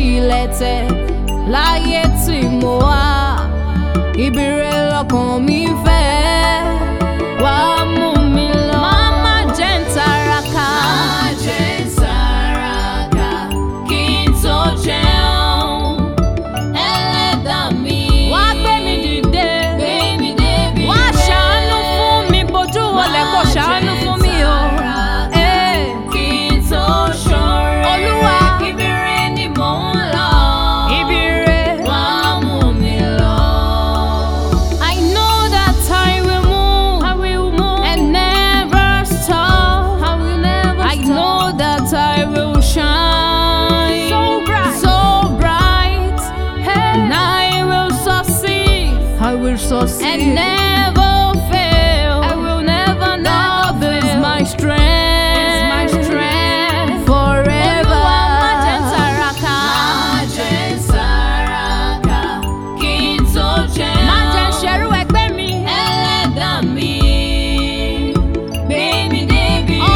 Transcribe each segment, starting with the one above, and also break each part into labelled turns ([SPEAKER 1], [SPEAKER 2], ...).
[SPEAKER 1] tẹ̀ láyé tí mo wá ibi rẹ lọ́kàn mi fẹ́ wá mú mi lọ. Màmá jẹ́ ń taraka. Màmá jẹ́ ń taraka kí n tó jẹun. Ẹlẹ́dàá mi. Wá gbé mi dìde. Gbé mi débi. Wá ṣàánú fún mi bojú wọlé kó ṣàánú fún mi o. Ẹ̀. Olúwa, ibi rẹ. I know that I will move, I will move and never stop. I will never I know that I will shine so bright, so bright, and I will succeed. I will succeed and never fail. I will never love is my strength. My strength forever. Má jẹ́ ń ṣerú ẹgbẹ́ mi.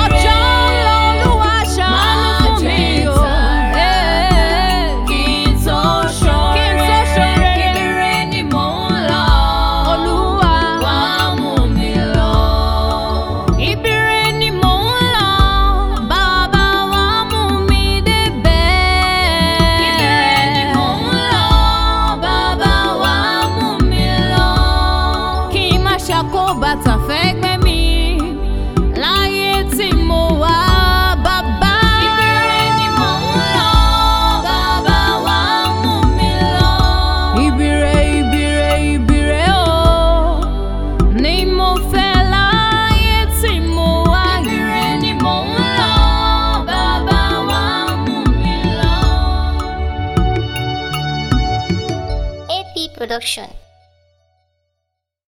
[SPEAKER 1] Ọjọ́ ń lọ, Olúwa ṣàánú fún mi o. Eh. Kí n tó ṣoore. Olúwa, ibi rere ni mò ń lọ. Bàbá wa mú mi débẹ̀. kí n má ṣàkóbá tàfẹ́ gbẹ́ mi láyé tí mo wà bàbá. Ibire ibire ibire o ni mo fẹ́ láyé tí mo wà.
[SPEAKER 2] AP Production.